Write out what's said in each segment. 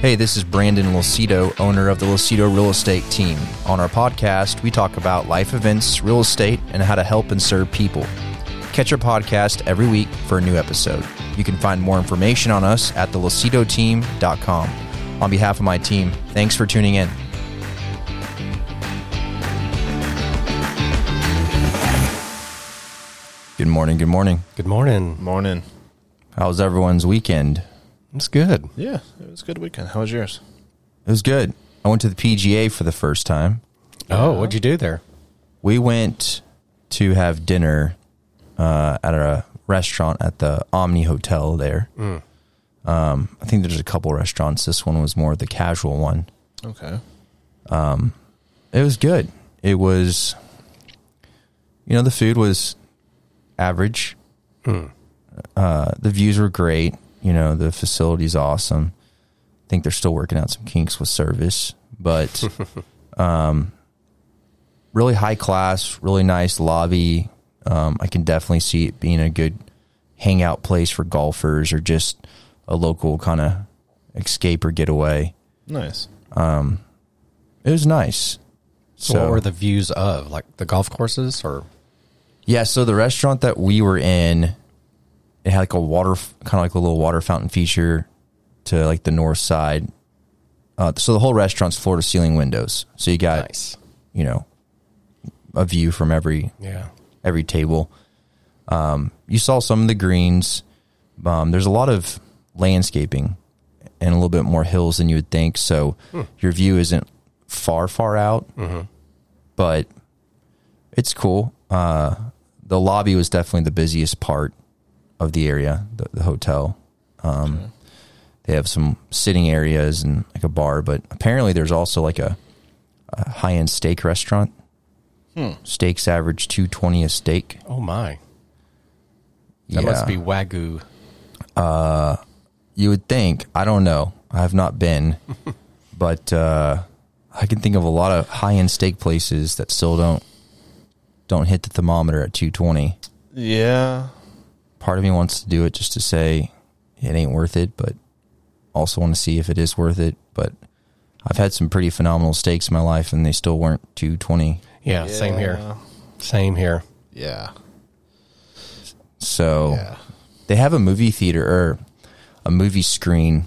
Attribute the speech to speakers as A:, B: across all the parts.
A: Hey, this is Brandon Lucido, owner of the Lucido Real Estate Team. On our podcast, we talk about life events, real estate, and how to help and serve people. Catch our podcast every week for a new episode. You can find more information on us at thelucidoteam.com. On behalf of my team, thanks for tuning in. Good morning. Good morning.
B: Good morning.
C: Morning.
A: How's everyone's weekend?
B: It's good.
C: Yeah, it was a good weekend. How was yours?
A: It was good. I went to the PGA for the first time.
B: Oh, what'd you do there?
A: We went to have dinner uh, at a restaurant at the Omni Hotel there. Um, I think there's a couple restaurants. This one was more the casual one.
C: Okay.
A: It was good. It was, you know, the food was average.
B: Hmm.
A: Uh, the views were great. You know, the facility's awesome. I think they're still working out some kinks with service, but um, really high class, really nice lobby. Um, I can definitely see it being a good hangout place for golfers or just a local kind of escape or getaway.
C: Nice.
A: It was nice.
B: So, what were the views of like the golf courses or?
A: Yeah, so the restaurant that we were in, it had like a water, kind of like a little water fountain feature to like the north side. Uh, so the whole restaurant's floor to ceiling windows. So you got,
B: Nice.
A: you know, a view from every
B: Yeah.
A: every table. Um, you saw some of the greens. Um, there's a lot of landscaping and a little bit more hills than you would think. So your view isn't far, far out, but it's cool. Uh, the lobby was definitely the busiest part of the area, the, the hotel. Um, They have some sitting areas and like a bar, but apparently there's also like a, a high end steak restaurant. Steaks average two twenty a steak.
B: Oh my. That must be wagyu.
A: You would think. I don't know. I have not been, but uh, I can think of a lot of high end steak places that still don't don't hit the thermometer at 220.
C: Yeah.
A: Part of me wants to do it just to say it ain't worth it, but also want to see if it is worth it. But I've had some pretty phenomenal steaks in my life, and they still weren't 220.
B: Yeah, Same here. Same here.
C: Yeah.
A: So
C: Yeah.
A: they have a movie theater or a movie screen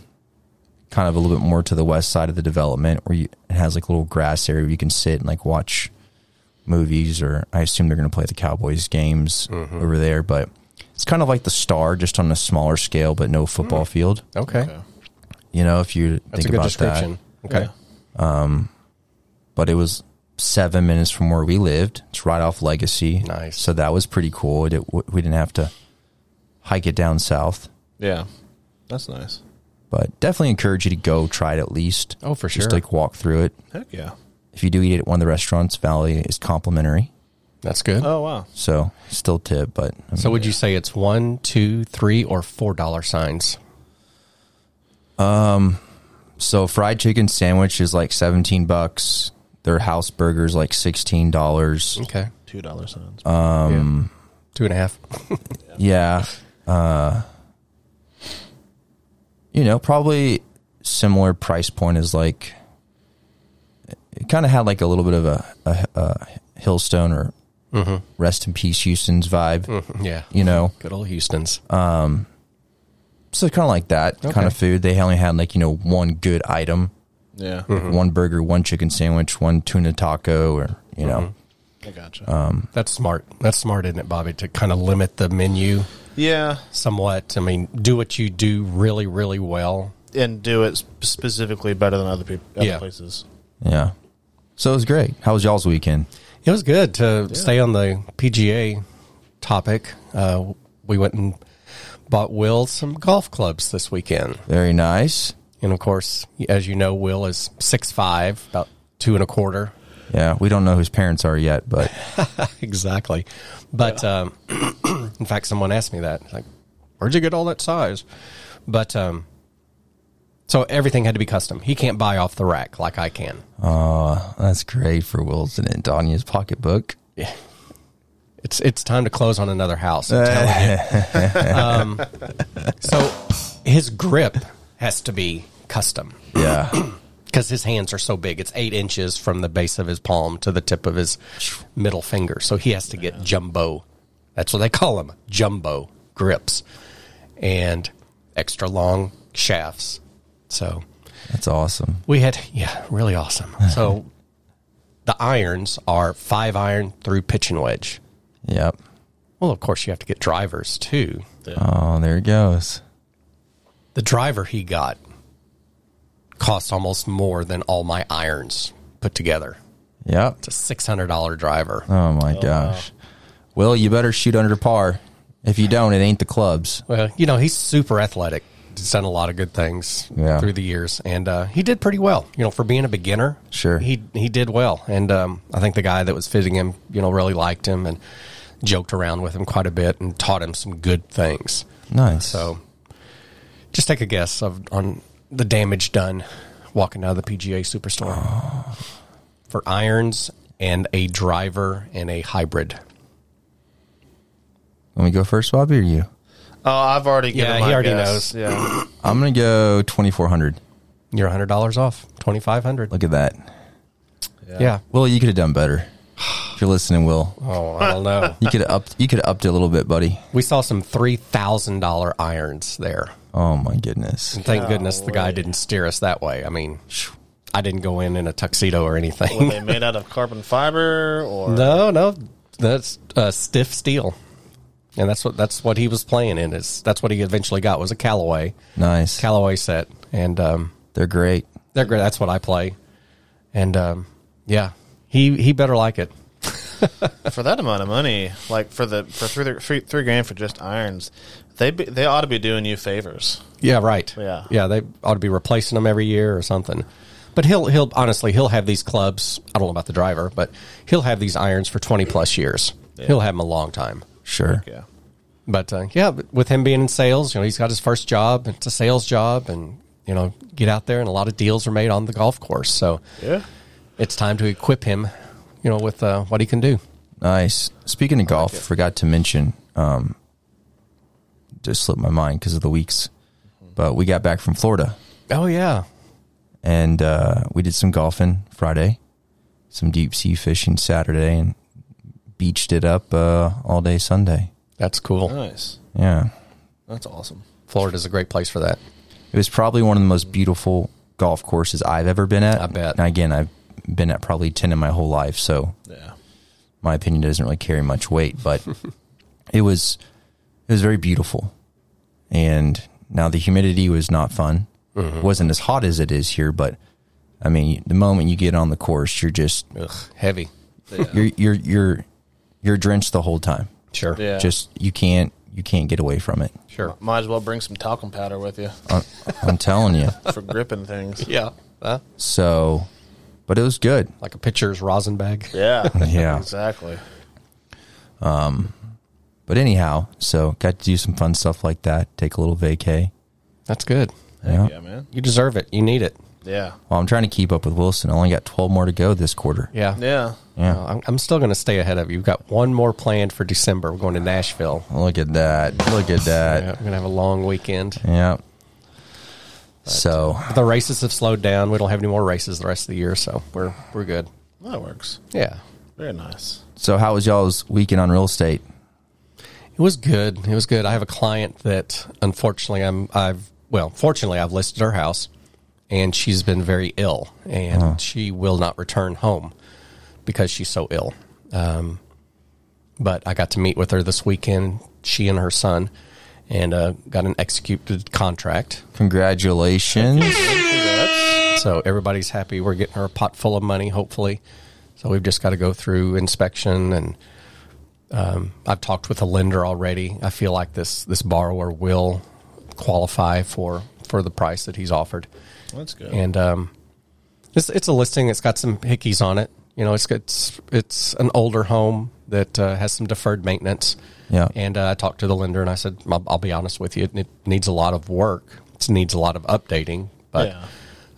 A: kind of a little bit more to the west side of the development where you, it has like a little grass area where you can sit and like watch movies or I assume they're going to play the Cowboys games
B: Mm-hmm.
A: over there but it's kind of like the star just on a smaller scale but no football field
B: Okay.
C: Okay.
A: you know if you
B: Mm. That's
A: think
B: a good
A: about
B: description.
A: that
B: Okay.
C: Yeah.
A: but it was 7 minutes from where we lived it's right off Legacy
B: Nice.
A: so that was pretty cool it, it, we didn't have to hike it down south
C: Yeah. That's nice.
A: but definitely encourage you to go try it at least.
B: Oh, for
A: Just
B: sure.
A: like walk through it.
C: Heck yeah.
A: If you do eat at one of the restaurants, Valley is complimentary,
B: That's good.
C: Oh wow.
A: so still tip. But I mean,
B: so would you say it's one, two, three, or four dollar signs?
A: so fried chicken sandwich is like seventeen bucks. Their house burgers like sixteen dollars.
B: Okay.
C: Two dollar signs.
B: Two and a half.
A: Yeah, uh, you know, probably similar price point is like. It kind of had like a little bit of a, a, a Hillstone or
B: Mm-hmm.
A: Rest in Peace Houston's vibe,
B: yeah.
A: you know.
B: Good old Houston's.
A: So kind of like that kind of food. They only had like you know one good item,
C: Yeah.
A: one burger, one chicken sandwich, one tuna taco, or you know,
C: I gotcha. Um,
B: That's smart. That's smart, isn't it, Bobby? To kind of limit the menu
C: yeah.
B: somewhat. I mean, do what you do really, really well.
C: And do it sp- specifically better than other people other
B: Yeah.
C: places.
A: yeah. So it was great. How was y'all's weekend?
B: It was good to stay on the PGA topic. Uh, we went and bought Will some golf clubs this weekend,
A: Very nice.
B: and of course, as you know, Will is six five, about two and a quarter.
A: Yeah, we don't know whose parents are yet, but
B: exactly. But um, in fact, someone asked me that. Like, where'd you get all that size? But um, so everything had to be custom. He can't buy off the rack like I can.
A: uh, that's great for Wilson and Donya's pocketbook.
B: It's it's time to close on another house. I'm telling you. um, so his grip has to be custom
A: Yeah.
B: because his hands are so big. It's eight inches from the base of his palm to the tip of his middle finger. So he has to get jumbo. That's what they call them jumbo grips and extra long shafts. So
A: That's awesome.
B: we had, yeah, really awesome. So the irons are five iron through pitch and wedge.
A: Yep.
B: Well, of course, you have to get drivers too.
A: Oh, there it goes.
B: The driver he got cost almost more than all my irons put together.
A: Yep.
B: It's a six hundred dollar driver.
A: Oh my gosh. Well, you better shoot under par. If you don't, it ain't the clubs.
B: Well, you know, he's super athletic. He's done a lot of good things
A: Yeah.
B: through the years, and uh, he did pretty well. You know, for being a beginner,
A: Sure.
B: he he did well. And um, I think the guy that was fitting him, you know, really liked him and joked around with him quite a bit and taught him some good things.
A: Nice.
B: So, just take a guess of on the damage done walking out of the PGA Superstore for irons and a driver and a hybrid.
A: let me go first, Bobby, or you?
C: Oh, I've already given
B: Yeah,
C: my
B: he already
C: guess.
B: knows.
C: Yeah.
A: I'm gonna go twenty four hundred.
B: You're hundred dollars off, twenty five hundred.
A: Look at that.
B: yeah.
A: Will, you could have done better. If you're listening, Will,
B: Oh, I don't know.
A: you could have upped. You could have upped it a little bit, buddy.
B: we saw some three thousand dollar irons there.
A: Oh my goodness.
B: And thank goodness the guy didn't steer us that way. I mean, I didn't go in in a tuxedo or
C: Were
B: anything.
C: they made out of carbon fiber or
B: no, no, that's uh, stiff steel, and that's what that's what he was playing in. Is that's what he eventually got was a Callaway
A: Nice.
B: Callaway set, and um,
A: They're great.
B: they're great. That's what I play, and um, yeah, he he better like it.
C: for that amount of money? Like for the for three three, three grand for just irons, they be, they ought to be doing you favors.
B: Yeah, right.
C: Yeah.
B: yeah. They ought to be replacing them every year or something. But he'll he'll honestly he'll have these clubs. I don't know about the driver, but he'll have these irons for twenty plus years. He'll have them a long time.
A: Sure.
C: Yeah.
B: But uh, yeah, but with him being in sales, you know, he's got his first job. It's a sales job, and you know, get out there and a lot of deals are made on the golf course. So
C: Yeah.
B: it's time to equip him, you know, with uh, what he can do.
A: Nice. Speaking of golf, forgot to mention. Um, just slipped my mind because of the weeks, but we got back from Florida
B: Oh yeah,
A: and uh, we did some golfing Friday, some deep sea fishing Saturday, and beached it up uh, all day Sunday.
B: that's cool.
C: Nice.
A: Yeah,
C: That's awesome.
B: Florida's a great place for that.
A: it was probably one of the most beautiful golf courses I've ever been at.
B: I bet.
A: And again, I've been at probably ten in my whole life, so
C: Yeah.
A: my opinion doesn't really carry much weight, but it was it was very beautiful. And now the humidity was not fun.
B: Mm-hmm.
A: It wasn't as hot as it is here, but I mean, the moment you get on the course, you're just
B: Ugh, heavy.
A: you're you're you're you're drenched the whole time.
B: Sure.
C: Yeah.
A: Just you can't you can't get away from it.
B: Sure.
C: Might as well bring some talcum powder with you
A: I'm, I'm telling you.
C: for gripping things.
B: Yeah. Huh?
A: So, but it was good.
B: like a pitcher's rosin bag.
C: Yeah.
A: Yeah.
C: Exactly.
A: But anyhow, so got to do some fun stuff like that. Take a little vacay.
B: That's good.
A: Yeah.
C: Yeah, man.
B: You deserve it. You need it.
C: Yeah.
A: Well, I'm trying to keep up with Wilson. I only got 12 more to go this quarter.
B: Yeah.
C: Yeah.
A: Yeah.
B: No, I'm, I'm still going to stay ahead of you. We've got one more planned for December. We're going to Nashville.
A: Look at that. Look at
B: Yeah,
A: that.
B: We're going to have a long weekend.
A: Yeah. so,
B: The races have slowed down. We don't have any more races the rest of the year, so we're we're good.
C: That works.
B: Yeah.
C: Very nice.
A: so how was y'all's weekend on real estate?
B: It was good. It was good. I have a client that unfortunately I'm I've well, fortunately I've listed her house and she's been very ill and she will not return home because she's so ill. Um, but I got to meet with her this weekend, she and her son, and uh, got an executed contract.
A: Congratulations.
B: So everybody's happy. We're getting her a pot full of money, hopefully. So we've just got to go through inspection, and um, I've talked with a lender already. I feel like this this borrower will qualify for for the price that he's offered,
C: That's good.
B: and um, it's it's a listing. It's got some hickeys on it. You know, it's it's it's an older home that uh, has some deferred maintenance.
A: Yeah.
B: And uh, I talked to the lender, and I said, "I'll, I'll be honest with you, it, it needs a lot of work. It needs a lot of updating, but."
C: yeah.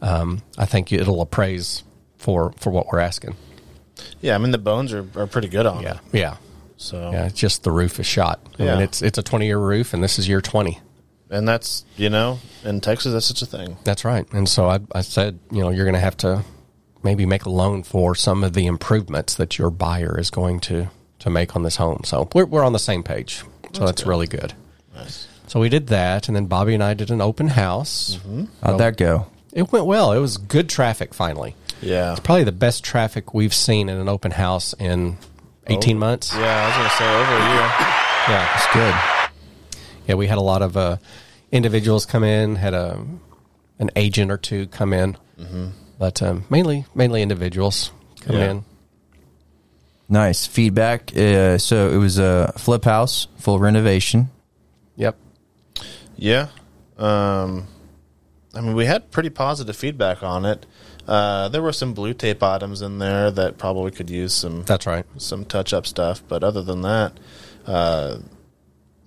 B: I think it'll appraise for for what we're asking.
C: Yeah. I mean, the bones are, are pretty good on it.
B: yeah,
C: So,
B: yeah. It's just the roof is shot. I
C: Yeah.
B: mean, it's it's a twenty year roof, and this is year twenty.
C: and that's you know in Texas that's such a thing.
B: That's right. And so I, I said, you know, you're going to have to maybe make a loan for some of the improvements that your buyer is going to, to make on this home. So we're, we're on the same page. So that's, really good.
C: Nice.
B: So we did that. And then Bobby and I did an open house.
A: How'd that go?
B: It went well. It was good traffic finally.
C: Yeah.
B: It's probably the best traffic we've seen in an open house in 18 months.
C: Yeah, I was gonna say over a year.
B: Yeah.
A: It's good.
B: Yeah, we had a lot of uh, individuals come in, had a an agent or two come in, but um, mainly mainly individuals come
C: Mm-hmm. Yeah.
B: in.
A: Nice feedback. Uh, so it was a flip house, full renovation.
B: Yep.
C: Yeah. Um, I mean, we had pretty positive feedback on it. Uh, there were some blue tape items in there that probably could use some
B: That's right.
C: some touch up stuff, but other than that, uh,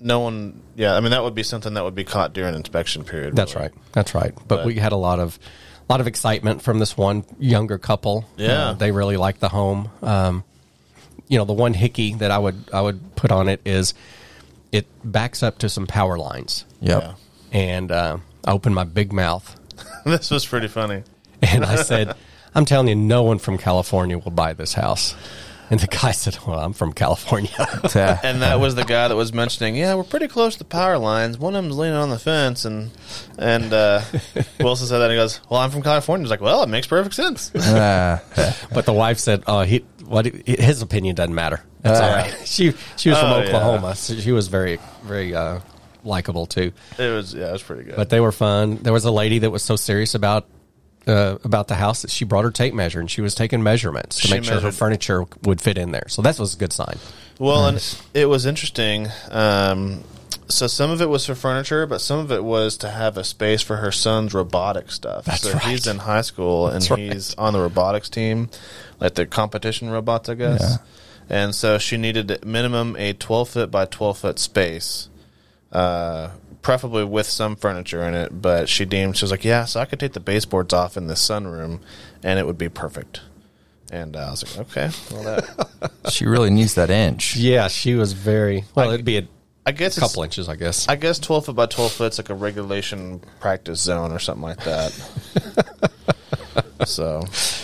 C: no one. Yeah, I mean that would be something that would be caught during inspection period.
B: That's
C: really.
B: right. That's right. But, we had a lot of lot of excitement from this one younger couple. Uh,
C: Yeah.
B: they really liked the home. Um, you know, the one hickey that I would I would put on it is it backs up to some power lines,
A: Yep.
B: and uh, I opened my big mouth
C: Yeah. this was pretty funny.
B: And I said, I'm telling you, no one from California will buy this house. And the guy said, Well, I'm from California.
A: Ta-
C: And that was the guy that was mentioning, yeah, we're pretty close to power lines. One of them's leaning on the fence, and and uh, Wilson said that. And he goes, "Well, I'm from California." He's like, "Well, it makes perfect sense."
A: Ah,
B: but the wife said, Oh, he, what, his opinion doesn't matter. That's all right. She, she was from
C: Oh, yeah.
B: Oklahoma. So she was very, very uh, likable, too.
C: It was yeah, it was pretty good.
B: But they were fun. There was a lady that was so serious about. Uh, about the house that she brought her tape measure and she was taking measurements to
C: She
B: make sure her
C: measured-
B: furniture would fit in there. So that was a good sign.
C: well, and it was interesting. Um, so some of it was for furniture, but some of it was to have a space for her son's robotic stuff. so
B: right.
C: he's in high school and
B: right.
C: he's on the robotics team, like the competition robots, I guess. And so she needed at minimum a 12 foot by 12 foot space. uh, preferably with some furniture in it. But she deemed she was like, yeah, so I could take the baseboards off in the sunroom, and it would be perfect. And uh, I was like, okay, well that
A: she really needs that inch.
B: Yeah, she was very well. it'd be a
C: I guess it's,
B: couple inches, I guess.
C: I guess twelve foot by twelve foot's like a regulation practice zone or something like that. so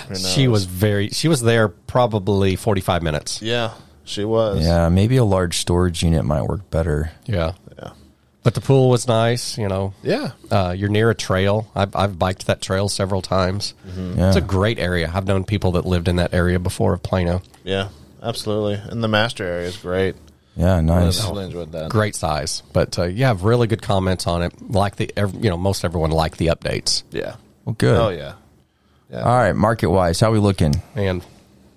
C: who knows?
B: She was very. She was there probably forty five minutes.
C: yeah, she was,
A: Yeah, maybe a large storage unit might work better.
B: Yeah,
C: yeah,
B: but the pool was nice. You know,
C: yeah.
B: uh, you're near a trail. I've, I've biked that trail several times.
A: Yeah.
B: It's a great area. I've known people that lived in that area before of Plano.
C: Yeah, absolutely. And the master area is great.
A: Yeah, nice.
C: I really enjoyed that.
B: Great size, but uh, yeah, have really good comments on it. Like the, ev- you know, most everyone liked the updates,
C: Yeah.
A: Well, good.
C: Oh yeah.
A: All right, market wise, how we looking?
B: and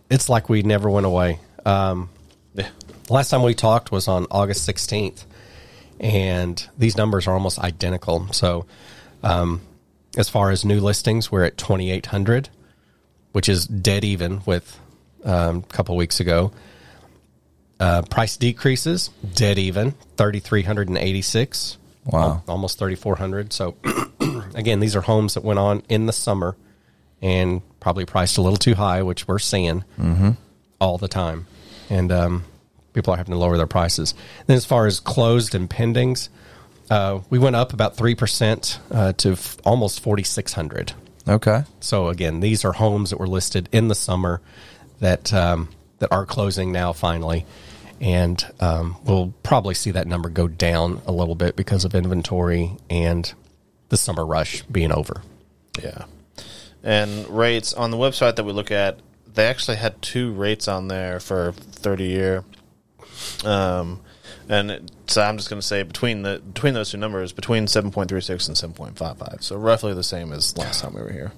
B: it's like we never went away. Um,
C: Yeah.
B: last time we talked was on August 16th, and these numbers are almost identical. So, um, as far as new listings, we're at 2,800, which is dead even with um, a couple weeks ago. Uh, price decreases, dead even, 3,386.
A: Wow.
B: Al- almost 3,400. So, again, these are homes that went on in the summer and probably priced a little too high, which we're seeing all the time. And um, people are having to lower their prices. Then, as far as closed and pendings, uh, we went up about 3% uh, to f- almost 4,600.
A: Okay.
B: So, again, these are homes that were listed in the summer that, um, that are closing now finally. And um, we'll probably see that number go down a little bit because of inventory and the summer rush being over.
C: Yeah. And rates on the website that we look at, they actually had two rates on there for 30 year. Um, and it, so I'm just going to say between the between those two numbers, between 7.36 and 7.55. So roughly the same as last time we were here.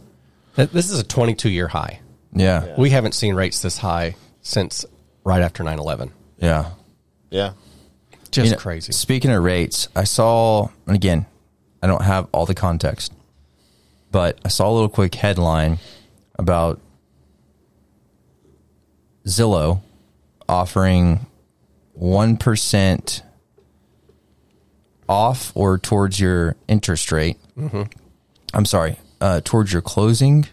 B: Th- This is a 22 year high.
A: Yeah. Yeah.
B: We haven't seen rates this high since right after 9 11.
C: Yeah.
B: Just
A: You know,
B: crazy.
A: Speaking of rates, I saw, and again, I don't have all the context, but I saw a little quick headline about Zillow offering 1% off or towards your interest rate. I'm sorry, uh, towards your closing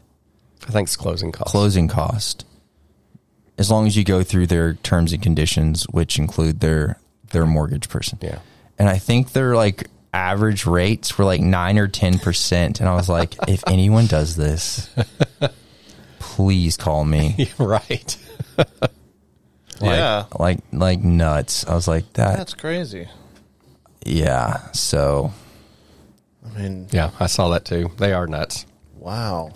B: I think it's closing costs.
A: closing cost as long as you go through their terms and conditions which include their their mortgage person
B: Yeah.
A: and i think they're like average rates were like nine or ten percent, and I was like, if anyone does this, please call me.
B: right.
A: Like,
C: yeah,
A: like like nuts. I was like that.
C: that's crazy.
A: Yeah. So
C: I mean,
B: Yeah, I saw that too. They are nuts.
C: wow.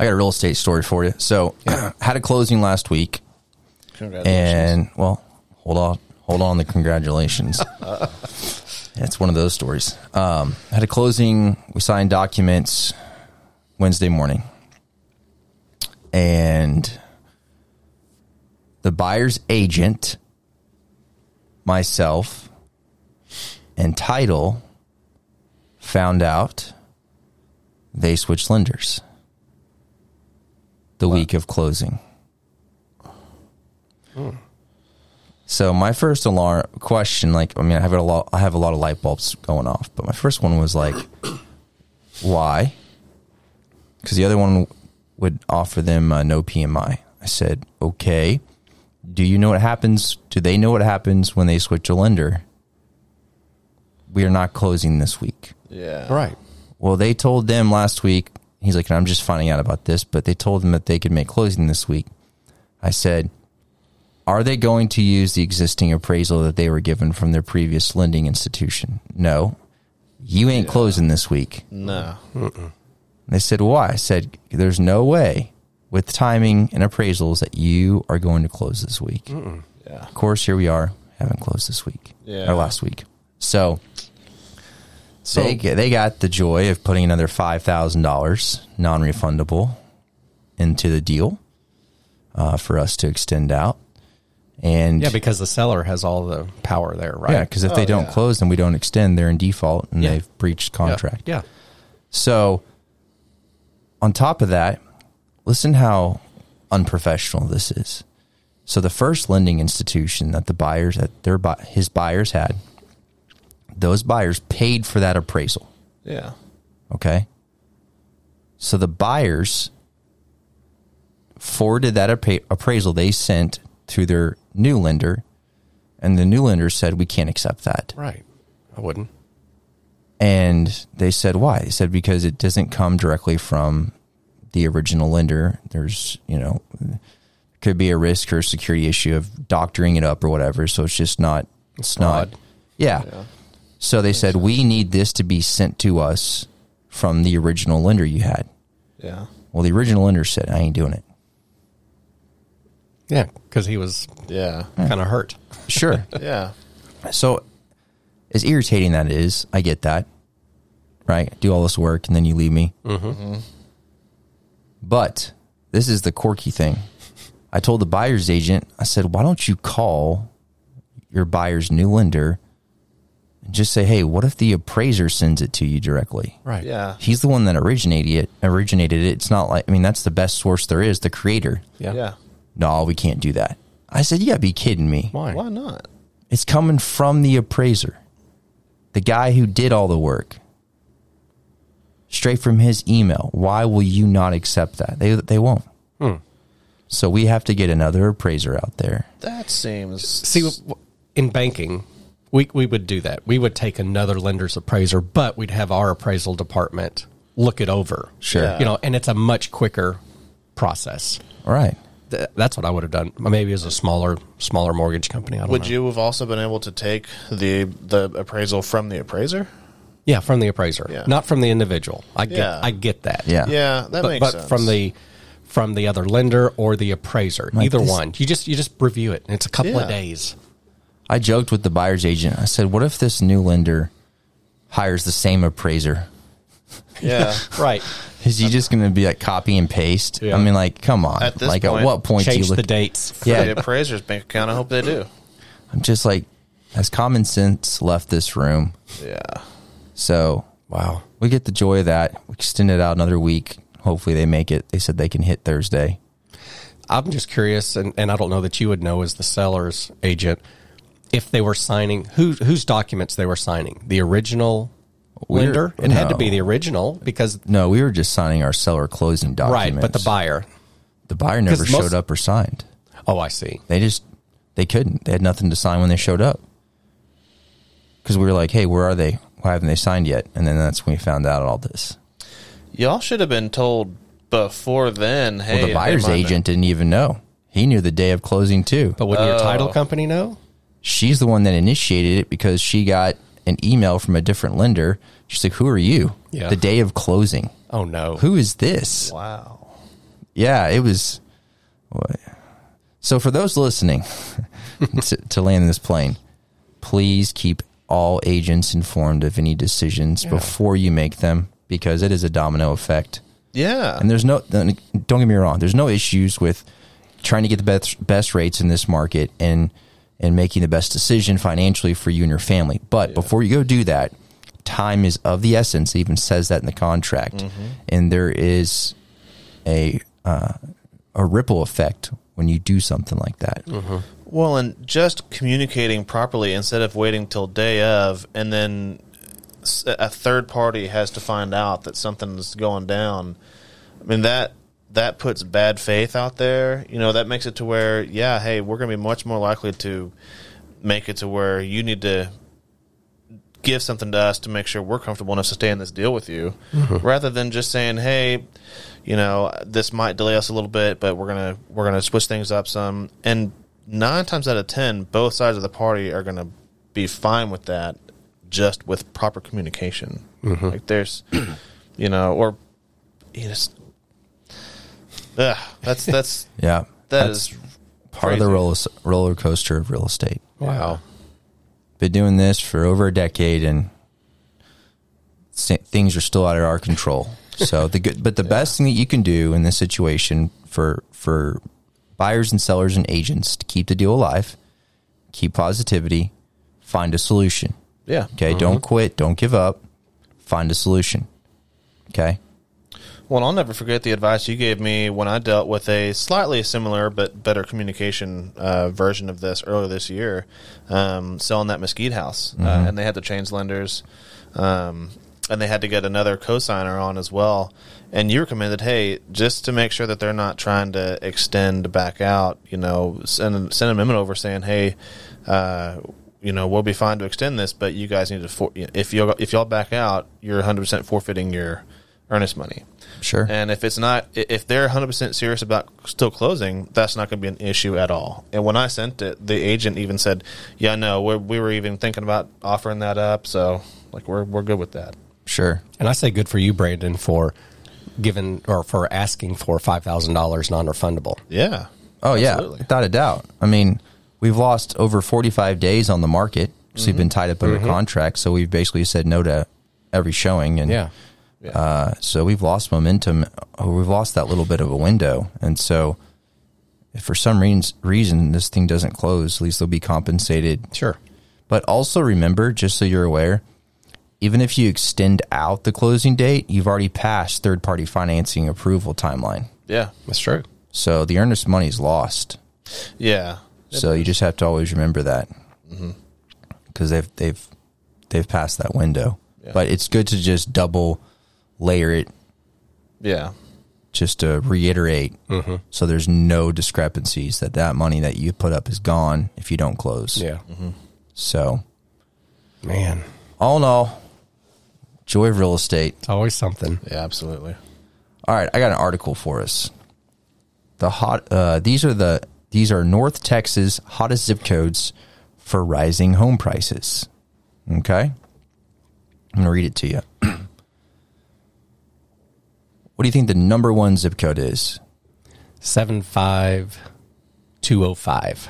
A: I got a real estate story for you. So had a closing last week,
C: Congratulations.
A: and well, hold on, hold on. The congratulations. That's one of those stories. Um, had a closing. We signed documents Wednesday morning, and the buyer's agent, myself, and title found out they switched lenders the week of closing. So my first alarm question, like, I mean, I have a lot, I have a lot of light bulbs going off, but my first one was like, why? Because the other one would offer them uh, no PMI. I said, okay. Do you know what happens? Do they know what happens when they switch a lender? We are not closing this week.
C: yeah.
B: Right.
A: Well, they told them last week. He's like, I'm just finding out about this, but they told him that they could make closing this week. I said, Are they going to use the existing appraisal that they were given from their previous lending institution? No. You ain't closing this week.
C: No.
A: They said, Why? I said, There's no way with timing and appraisals that you are going to close this week.
C: Yeah.
A: Of course, here we are, haven't closed this week
C: Yeah.
A: or last week. So, they get, they got the joy of putting another five thousand dollars non refundable into the deal uh, for us to extend out. And
B: Yeah, because the seller has all the power there, right?
A: yeah, because if they
C: Oh,
A: don't
C: yeah.
A: close and we don't extend, they're in default and
B: Yeah.
A: they've breached
B: Yeah.
A: contract.
B: Yeah.
A: So, on top of that, listen how unprofessional this is. So, the first lending institution that the buyers that their bu- his buyers had, those buyers paid for that appraisal.
C: Yeah.
A: Okay. So the buyers forwarded that appa- appraisal they sent to their new lender, and the new lender said, We can't accept that.
B: Right. I wouldn't.
A: And they said, Why? They said, Because it doesn't come directly from the original lender. There's, you know, could be a risk or security issue of doctoring it up or whatever. So it's just not, it's not,
B: Fraud.
A: yeah. So they said, We need this to be sent to us from the original lender you had.
C: Yeah.
A: Well, the original lender said, I ain't doing it.
B: Yeah, because he was
C: Yeah.
B: kind of hurt.
A: Sure.
C: Yeah.
A: so, as irritating that is, I get that, right? Do all this work and then you leave me. Mm-hmm. But this is the quirky thing. I told the buyer's agent, I said, why don't you call your buyer's new lender and just say, hey, what if the appraiser sends it to you directly?
B: Right.
C: Yeah.
A: He's the one that originated it. Originated it. It's not like I mean that's the best source there is, the creator.
B: Yeah.
C: Yeah.
A: No, we can't do that. I said, you gotta be kidding me.
B: Why?
C: Why not?
A: It's coming from the appraiser, the guy who did all the work, straight from his email. Why will you not accept that? They they won't.
C: Hmm.
A: So we have to get another appraiser out there.
C: That seems
B: See, w- in banking, we, we would do that. We would take another lender's appraiser, but we'd have our appraisal department look it over.
A: Sure.
B: You know, and it's a much quicker process.
A: All right.
B: Th- that's what I would have done. Maybe as a smaller smaller mortgage company. I don't
C: Would
B: know.
C: you have also been able to take the the appraisal from the appraiser?
B: Yeah, from the appraiser,
C: Yeah.
B: not from the individual. I get
C: Yeah.
B: I get that.
A: Yeah.
C: Yeah, that
B: but,
C: makes
B: but
C: sense.
B: from the from the other lender or the appraiser,
A: Like
B: either
A: this-
B: one. You just you just review it, and it's a couple
C: Yeah.
B: of days.
A: I joked with the buyer's agent. I said, "What if this new lender hires the same appraiser?
C: yeah,
B: Right.
A: Is he just going to be like copy and paste?
B: Yeah.
A: I mean, like, come on.
C: At this
A: like, at
C: point,
A: what point do you
B: Change
A: look
B: the dates.
A: Yeah.
C: the appraiser's bank account. I hope they do.
A: I'm just like, has common sense left this room?
C: Yeah,
A: So
B: Wow.
A: we get the joy of that. We extend it out another week. Hopefully they make it. They said they can hit Thursday.
B: I'm just curious, and, and I don't know that you would know as the seller's agent if they were signing who whose documents they were signing. The original
A: We're-
B: lender. It had to be
A: no.
B: the original because
A: No, we were just signing our seller closing documents.
B: right, but the buyer.
A: the buyer never
B: 'cause most-
A: showed up or signed.
B: Oh, I see.
A: They just they couldn't. They had nothing to sign when they showed up. Because we were like, hey, where are they? why haven't they signed yet? And then that's when we found out all this.
C: Y'all should have been told before then. Hey,
A: Well, the
C: they
A: buyer's
C: might not-
A: agent didn't even know. He knew the day of closing too.
B: But wouldn't your title
C: Oh.
B: company know?
A: she's the one that initiated it because she got an email from a different lender. She's like, "Who are you?"
B: Yeah.
A: The day of closing.
B: Oh no.
A: Who is this?
C: Wow.
A: Yeah, it was. What? So for those listening, to, to land this plane, please keep all agents informed of any decisions before you make them because it is a domino effect.
C: Yeah.
A: And there's no don't get me wrong. There's no issues with trying to get the best best rates in this market and and making the best decision financially for you and your family. But before you go do that, time is of the essence. It even says that in the contract.
C: Mm-hmm.
A: And there is a uh, a ripple effect when you do something like that.
C: Mm-hmm. Well, and just communicating properly instead of waiting till day of, and then s- a third party has to find out that something's going down. I mean that that puts bad faith out there. You know that makes it to where, yeah, hey, we're going to be much more likely to make it to where you need to give something to us to make sure we're comfortable enough to stay in this deal with you, rather than just saying, hey, you know, this might delay us a little bit, but we're gonna we're gonna switch things up some. And nine times out of ten, both sides of the party are gonna be fine with that, just with proper communication. Like there's, you know, or you just. Ugh, that's that's
A: Yeah,
C: that
A: that's
C: is
A: part of the
C: crazy.
A: roller roller coaster of real estate.
B: Wow.
A: Been doing this for over a decade, and sa- things are still out of our control. So the good, but the best thing that you can do in this situation for for buyers and sellers and agents to keep the deal alive, keep positivity, find a solution.
C: yeah.
A: Okay, don't quit, don't give up, find a solution. Okay,
C: Well, I'll never forget the advice you gave me when I dealt with a slightly similar but better communication uh, version of this earlier this year, um, selling that mesquite house, uh, and they had to change lenders, um, and they had to get another cosigner on as well. And you recommended, hey, just to make sure that they're not trying to extend back out, you know, send send a memo over saying, hey. Uh, you know we'll be fine to extend this, but you guys need to for- if you if y'all back out, you're 100 percent forfeiting your earnest money.
A: sure.
C: And if it's not, i- if they're 100% serious about still closing, that's not going to be an issue at all. And when I sent it, the agent even said, "Yeah, no, we're, we were even thinking about offering that up, so like we're we're good with that."
A: sure.
B: And I say good for you, Brandon, for giving or for asking for five thousand dollars non-refundable.
C: Yeah.
A: Oh
C: Absolutely.
A: yeah, without a doubt. I mean, we've lost over 45 days on the market, so we've been tied up under contract. So we've basically said no to every showing, and uh, so we've lost momentum. Or we've lost that little bit of a window, and so if for some reas- reason this thing doesn't close, at least they'll be compensated.
B: Sure.
A: But also remember, just so you're aware, even if you extend out the closing date, you've already passed third party financing approval timeline.
C: Yeah.
B: That's true.
A: So the earnest money is lost.
C: Yeah.
A: So you just have to always remember that because they've they've they've passed that window.
C: Yeah.
A: But it's good to just double layer it
C: Yeah.
A: just to reiterate, so there's no discrepancies that that money that you put up is gone if you don't close.
B: Yeah.
A: So
B: Man,
A: all in all, joy of real estate.
B: it's always something.
C: Yeah. Absolutely.
A: All right, I got an article for us. The hot uh, these are the these are North Texas hottest zip codes for rising home prices. Okay, I'm gonna read it to you. what do you think the number one zip code is?
B: Seven five two oh five.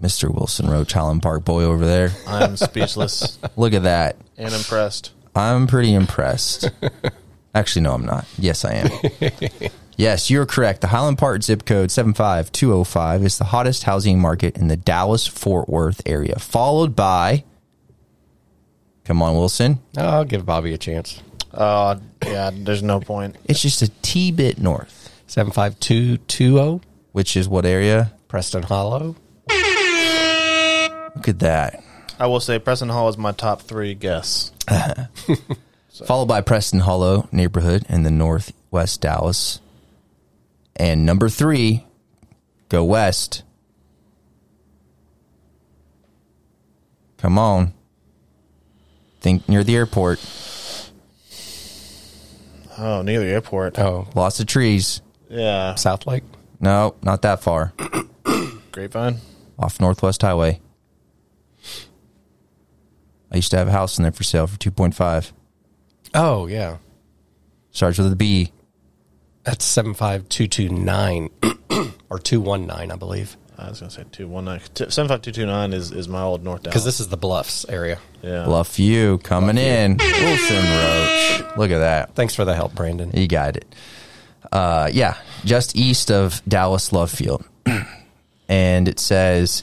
A: Mr. Wilson Roach, Holland Park boy over there.
C: I'm speechless
A: Look at that.
C: and impressed.
A: I'm pretty impressed. Actually, no, I'm not. Yes, I am. yes, you're correct. The Highland Park zip code 75205 is the hottest housing market in the Dallas Fort Worth area, followed by. Come on, Wilson.
B: I'll give Bobby a chance.
C: Uh, yeah. There's no point.
A: It's just a T bit north,
B: Seven five two two oh
A: which is what area?
B: Preston Hollow.
A: Look at that.
C: I will say Preston Hall is my top three guess.
A: Followed by Preston Hollow neighborhood in the northwest Dallas. And number three, go west. Come on. Think near the airport.
C: Oh, near the airport.
B: Oh,
A: Lots of trees.
C: Yeah.
B: South Lake.
A: No, not that far.
C: Grapevine.
A: Off Northwest Highway. I used to have a house in there for sale for two point five.
B: Oh yeah,
A: Starts with a B.
B: that's seven five two two nine or two one nine, I believe,
C: I was gonna say two one nine seven five two two nine is is my old North Down.
B: because this is the Bluffs area.
C: yeah.
A: Bluff you coming in. Wilson Roach. Look at that.
B: Thanks for the help, Brandon.
A: You got it. Uh, yeah, just east of Dallas Love Field. and it says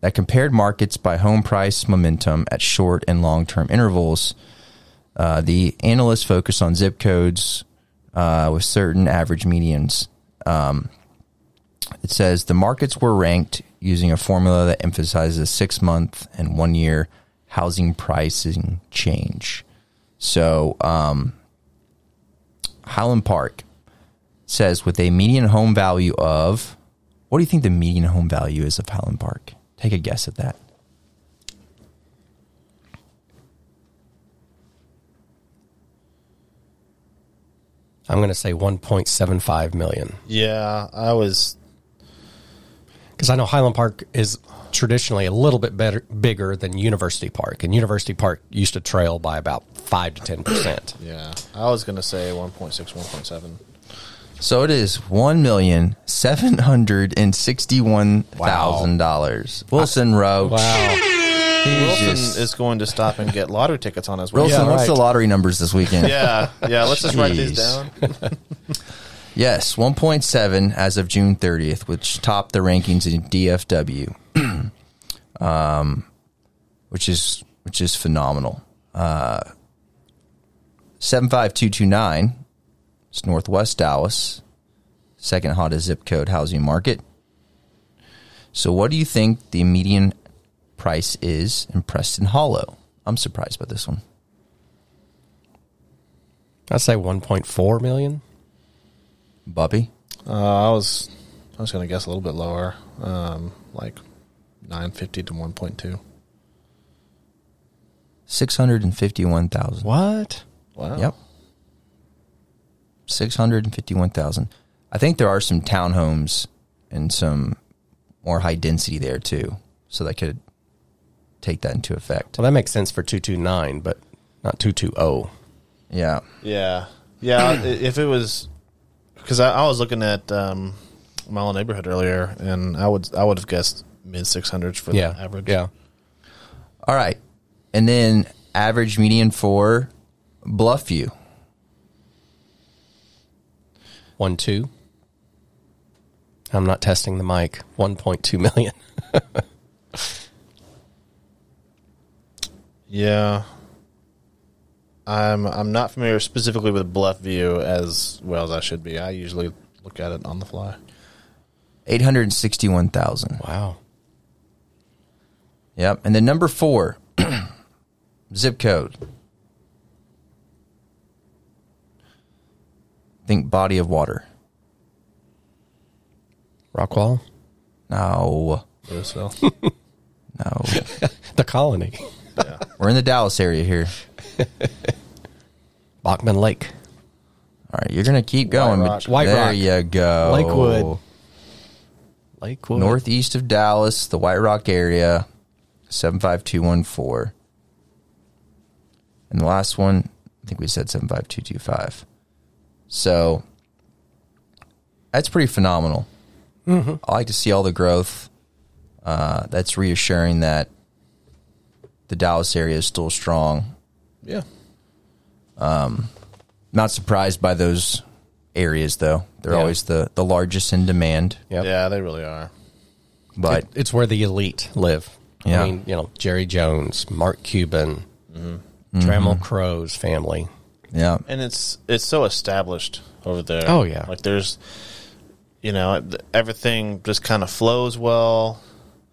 A: that compared markets by home price momentum at short and long term intervals. Uh, the analysts focus on zip codes uh, with certain average medians. Um, it says the markets were ranked using a formula that emphasizes six month and one year housing pricing change. So, um, Highland Park says with a median home value of what do you think the median home value is of Highland Park? Take a guess at that.
B: I'm going to say one point seven five million
C: Yeah, I was.
B: because I know Highland Park is traditionally a little bit better, bigger than University Park, and University Park used to trail by about five to ten percent.
C: Yeah, I was gonna say 1.6, 1.7.
A: So it is one million seven hundred and sixty-one thousand dollars. Wilson Roach.
B: Wow.
A: He's
C: Wilson
A: just-
C: is going to stop and get lottery tickets on his way.
A: Wilson,
B: Yeah,
A: what's the
B: right.
A: lottery numbers this weekend?
C: Yeah, yeah. Let's just write these
A: Jeez.
C: down.
A: Yes, 1.7 as of June 30th, which topped the rankings in DFW, um, which is which is phenomenal. Uh, 75229, it's Northwest Dallas, second hottest zip code housing market. So, what do you think the median price is in Preston Hollow? I'm surprised by this one.
B: I say one point four million.
A: Bubby,
C: Uh, I was, I was gonna guess a little bit lower, um, like 950 to 1.2.
A: 651,000.
B: What?
C: Wow.
A: Yep. Six hundred and fifty-one thousand. I think there are some townhomes and some more high density there too, so that could take that into effect.
B: Well, that makes sense for two two nine, but not two oh. two zero.
A: Yeah,
C: Yeah, yeah. i- if it was, because I, I was looking at um, my old neighborhood earlier, and I would I would have guessed mid 600s for
B: Yeah,
C: the average.
B: Yeah.
A: All right. And then average median for Bluffview.
B: One two. I'm not testing the mic. One point two million.
C: yeah. I'm I'm not familiar specifically with bluff view as well as I should be. I usually look at it on the fly.
A: Eight hundred and sixty-one thousand.
B: Wow.
A: Yep. And then number four, zip code. Think body of water.
B: Rockwall,
A: No,
C: Louisville.
A: no.
B: the colony,
C: yeah.
A: We're in the Dallas area here.
B: Bachman Lake.
A: All right, you're gonna keep going.
C: Rock.
A: but
B: White
A: there
B: Rock.
A: you go.
B: Lakewood. Lakewood.
A: northeast of Dallas, the White Rock area, seven five two one four. And the last one, I think we said seven five two two five. So that's pretty phenomenal.
B: Mm-hmm.
A: I like to see all the growth. Uh, that's reassuring that the Dallas area is still strong.
C: Yeah.
A: Not surprised by those areas though. They're
B: Yeah.
A: always the, the largest in demand.
B: Yep.
C: Yeah, they really are.
A: But
B: It- it's where the elite live.
A: Yeah.
B: I mean, you know, Jerry Jones, Mark Cuban, Trammell Crow's family.
A: yeah,
C: And it's it's so established over there.
B: Oh, yeah.
C: Like there's you know, th- everything just kind of flows well.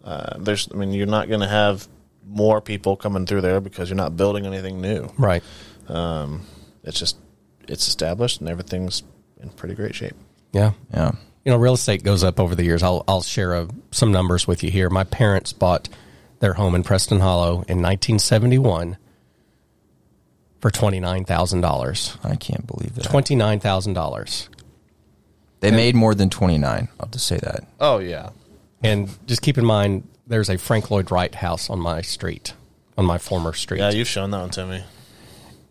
C: Uh, there's I mean, you're not going to have more people coming through there because you're not building anything new.
B: Right.
C: It's just it's established and everything's in pretty great shape.
B: Yeah.
A: yeah.
B: uh, you know, real estate goes up over the years. I'll I'll share a, some numbers with you here. My parents bought their home in Preston Hollow in 1971 for $29,000.
A: I can't believe that.
B: $29,000.
A: They made more than 29. I'll just say that.
C: Oh yeah.
B: And just keep in mind, there's a Frank Lloyd Wright house on my street, on my former street.
C: Yeah, you've shown that one to me.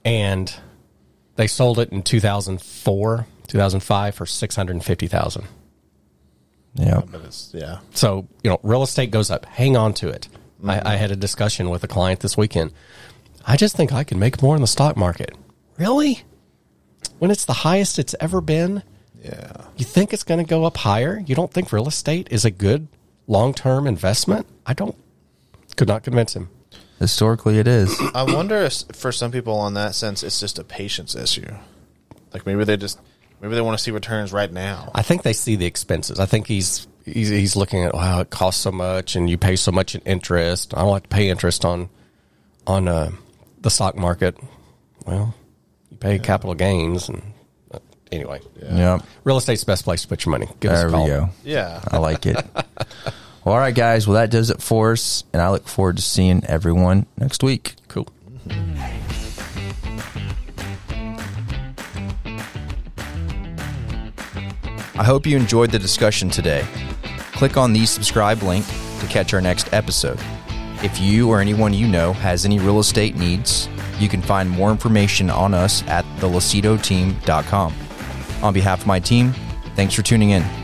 B: and they sold it in 2004, 2005 for 650,000.
A: Yeah.
C: But it's yeah.
B: So, you know, real estate goes up. Hang on to it. I, I had a discussion with a client this weekend. I just think I can make more in the stock market. Really? When it's the highest it's ever been,
C: Yeah.
B: you think it's going to go up higher? You don't think real estate is a good long term investment? I don't, could not convince him.
A: Historically, it is.
C: I wonder if for some people on that sense it's just a patience issue. Like maybe they just maybe they want to see returns right now.
B: I think they see the expenses. I think he's he's, he's looking at wow, it costs so much, and you pay so much in interest. I don't have to pay interest on on uh, the stock market. Well, you pay capital gains, and uh, anyway,
A: Yep.
B: real estate's the best place to put your money. Give us
A: There
B: a
A: we
B: call.
A: go.
C: Yeah.
A: I like it. well, all right, guys. Well, that does it for us. And I look forward to seeing everyone next week.
B: Cool.
A: I hope you enjoyed the discussion today. Click on the subscribe link to catch our next episode. If you or anyone you know has any real estate needs, you can find more information on us at thelacetoteam.com. On behalf of my team, thanks for tuning in.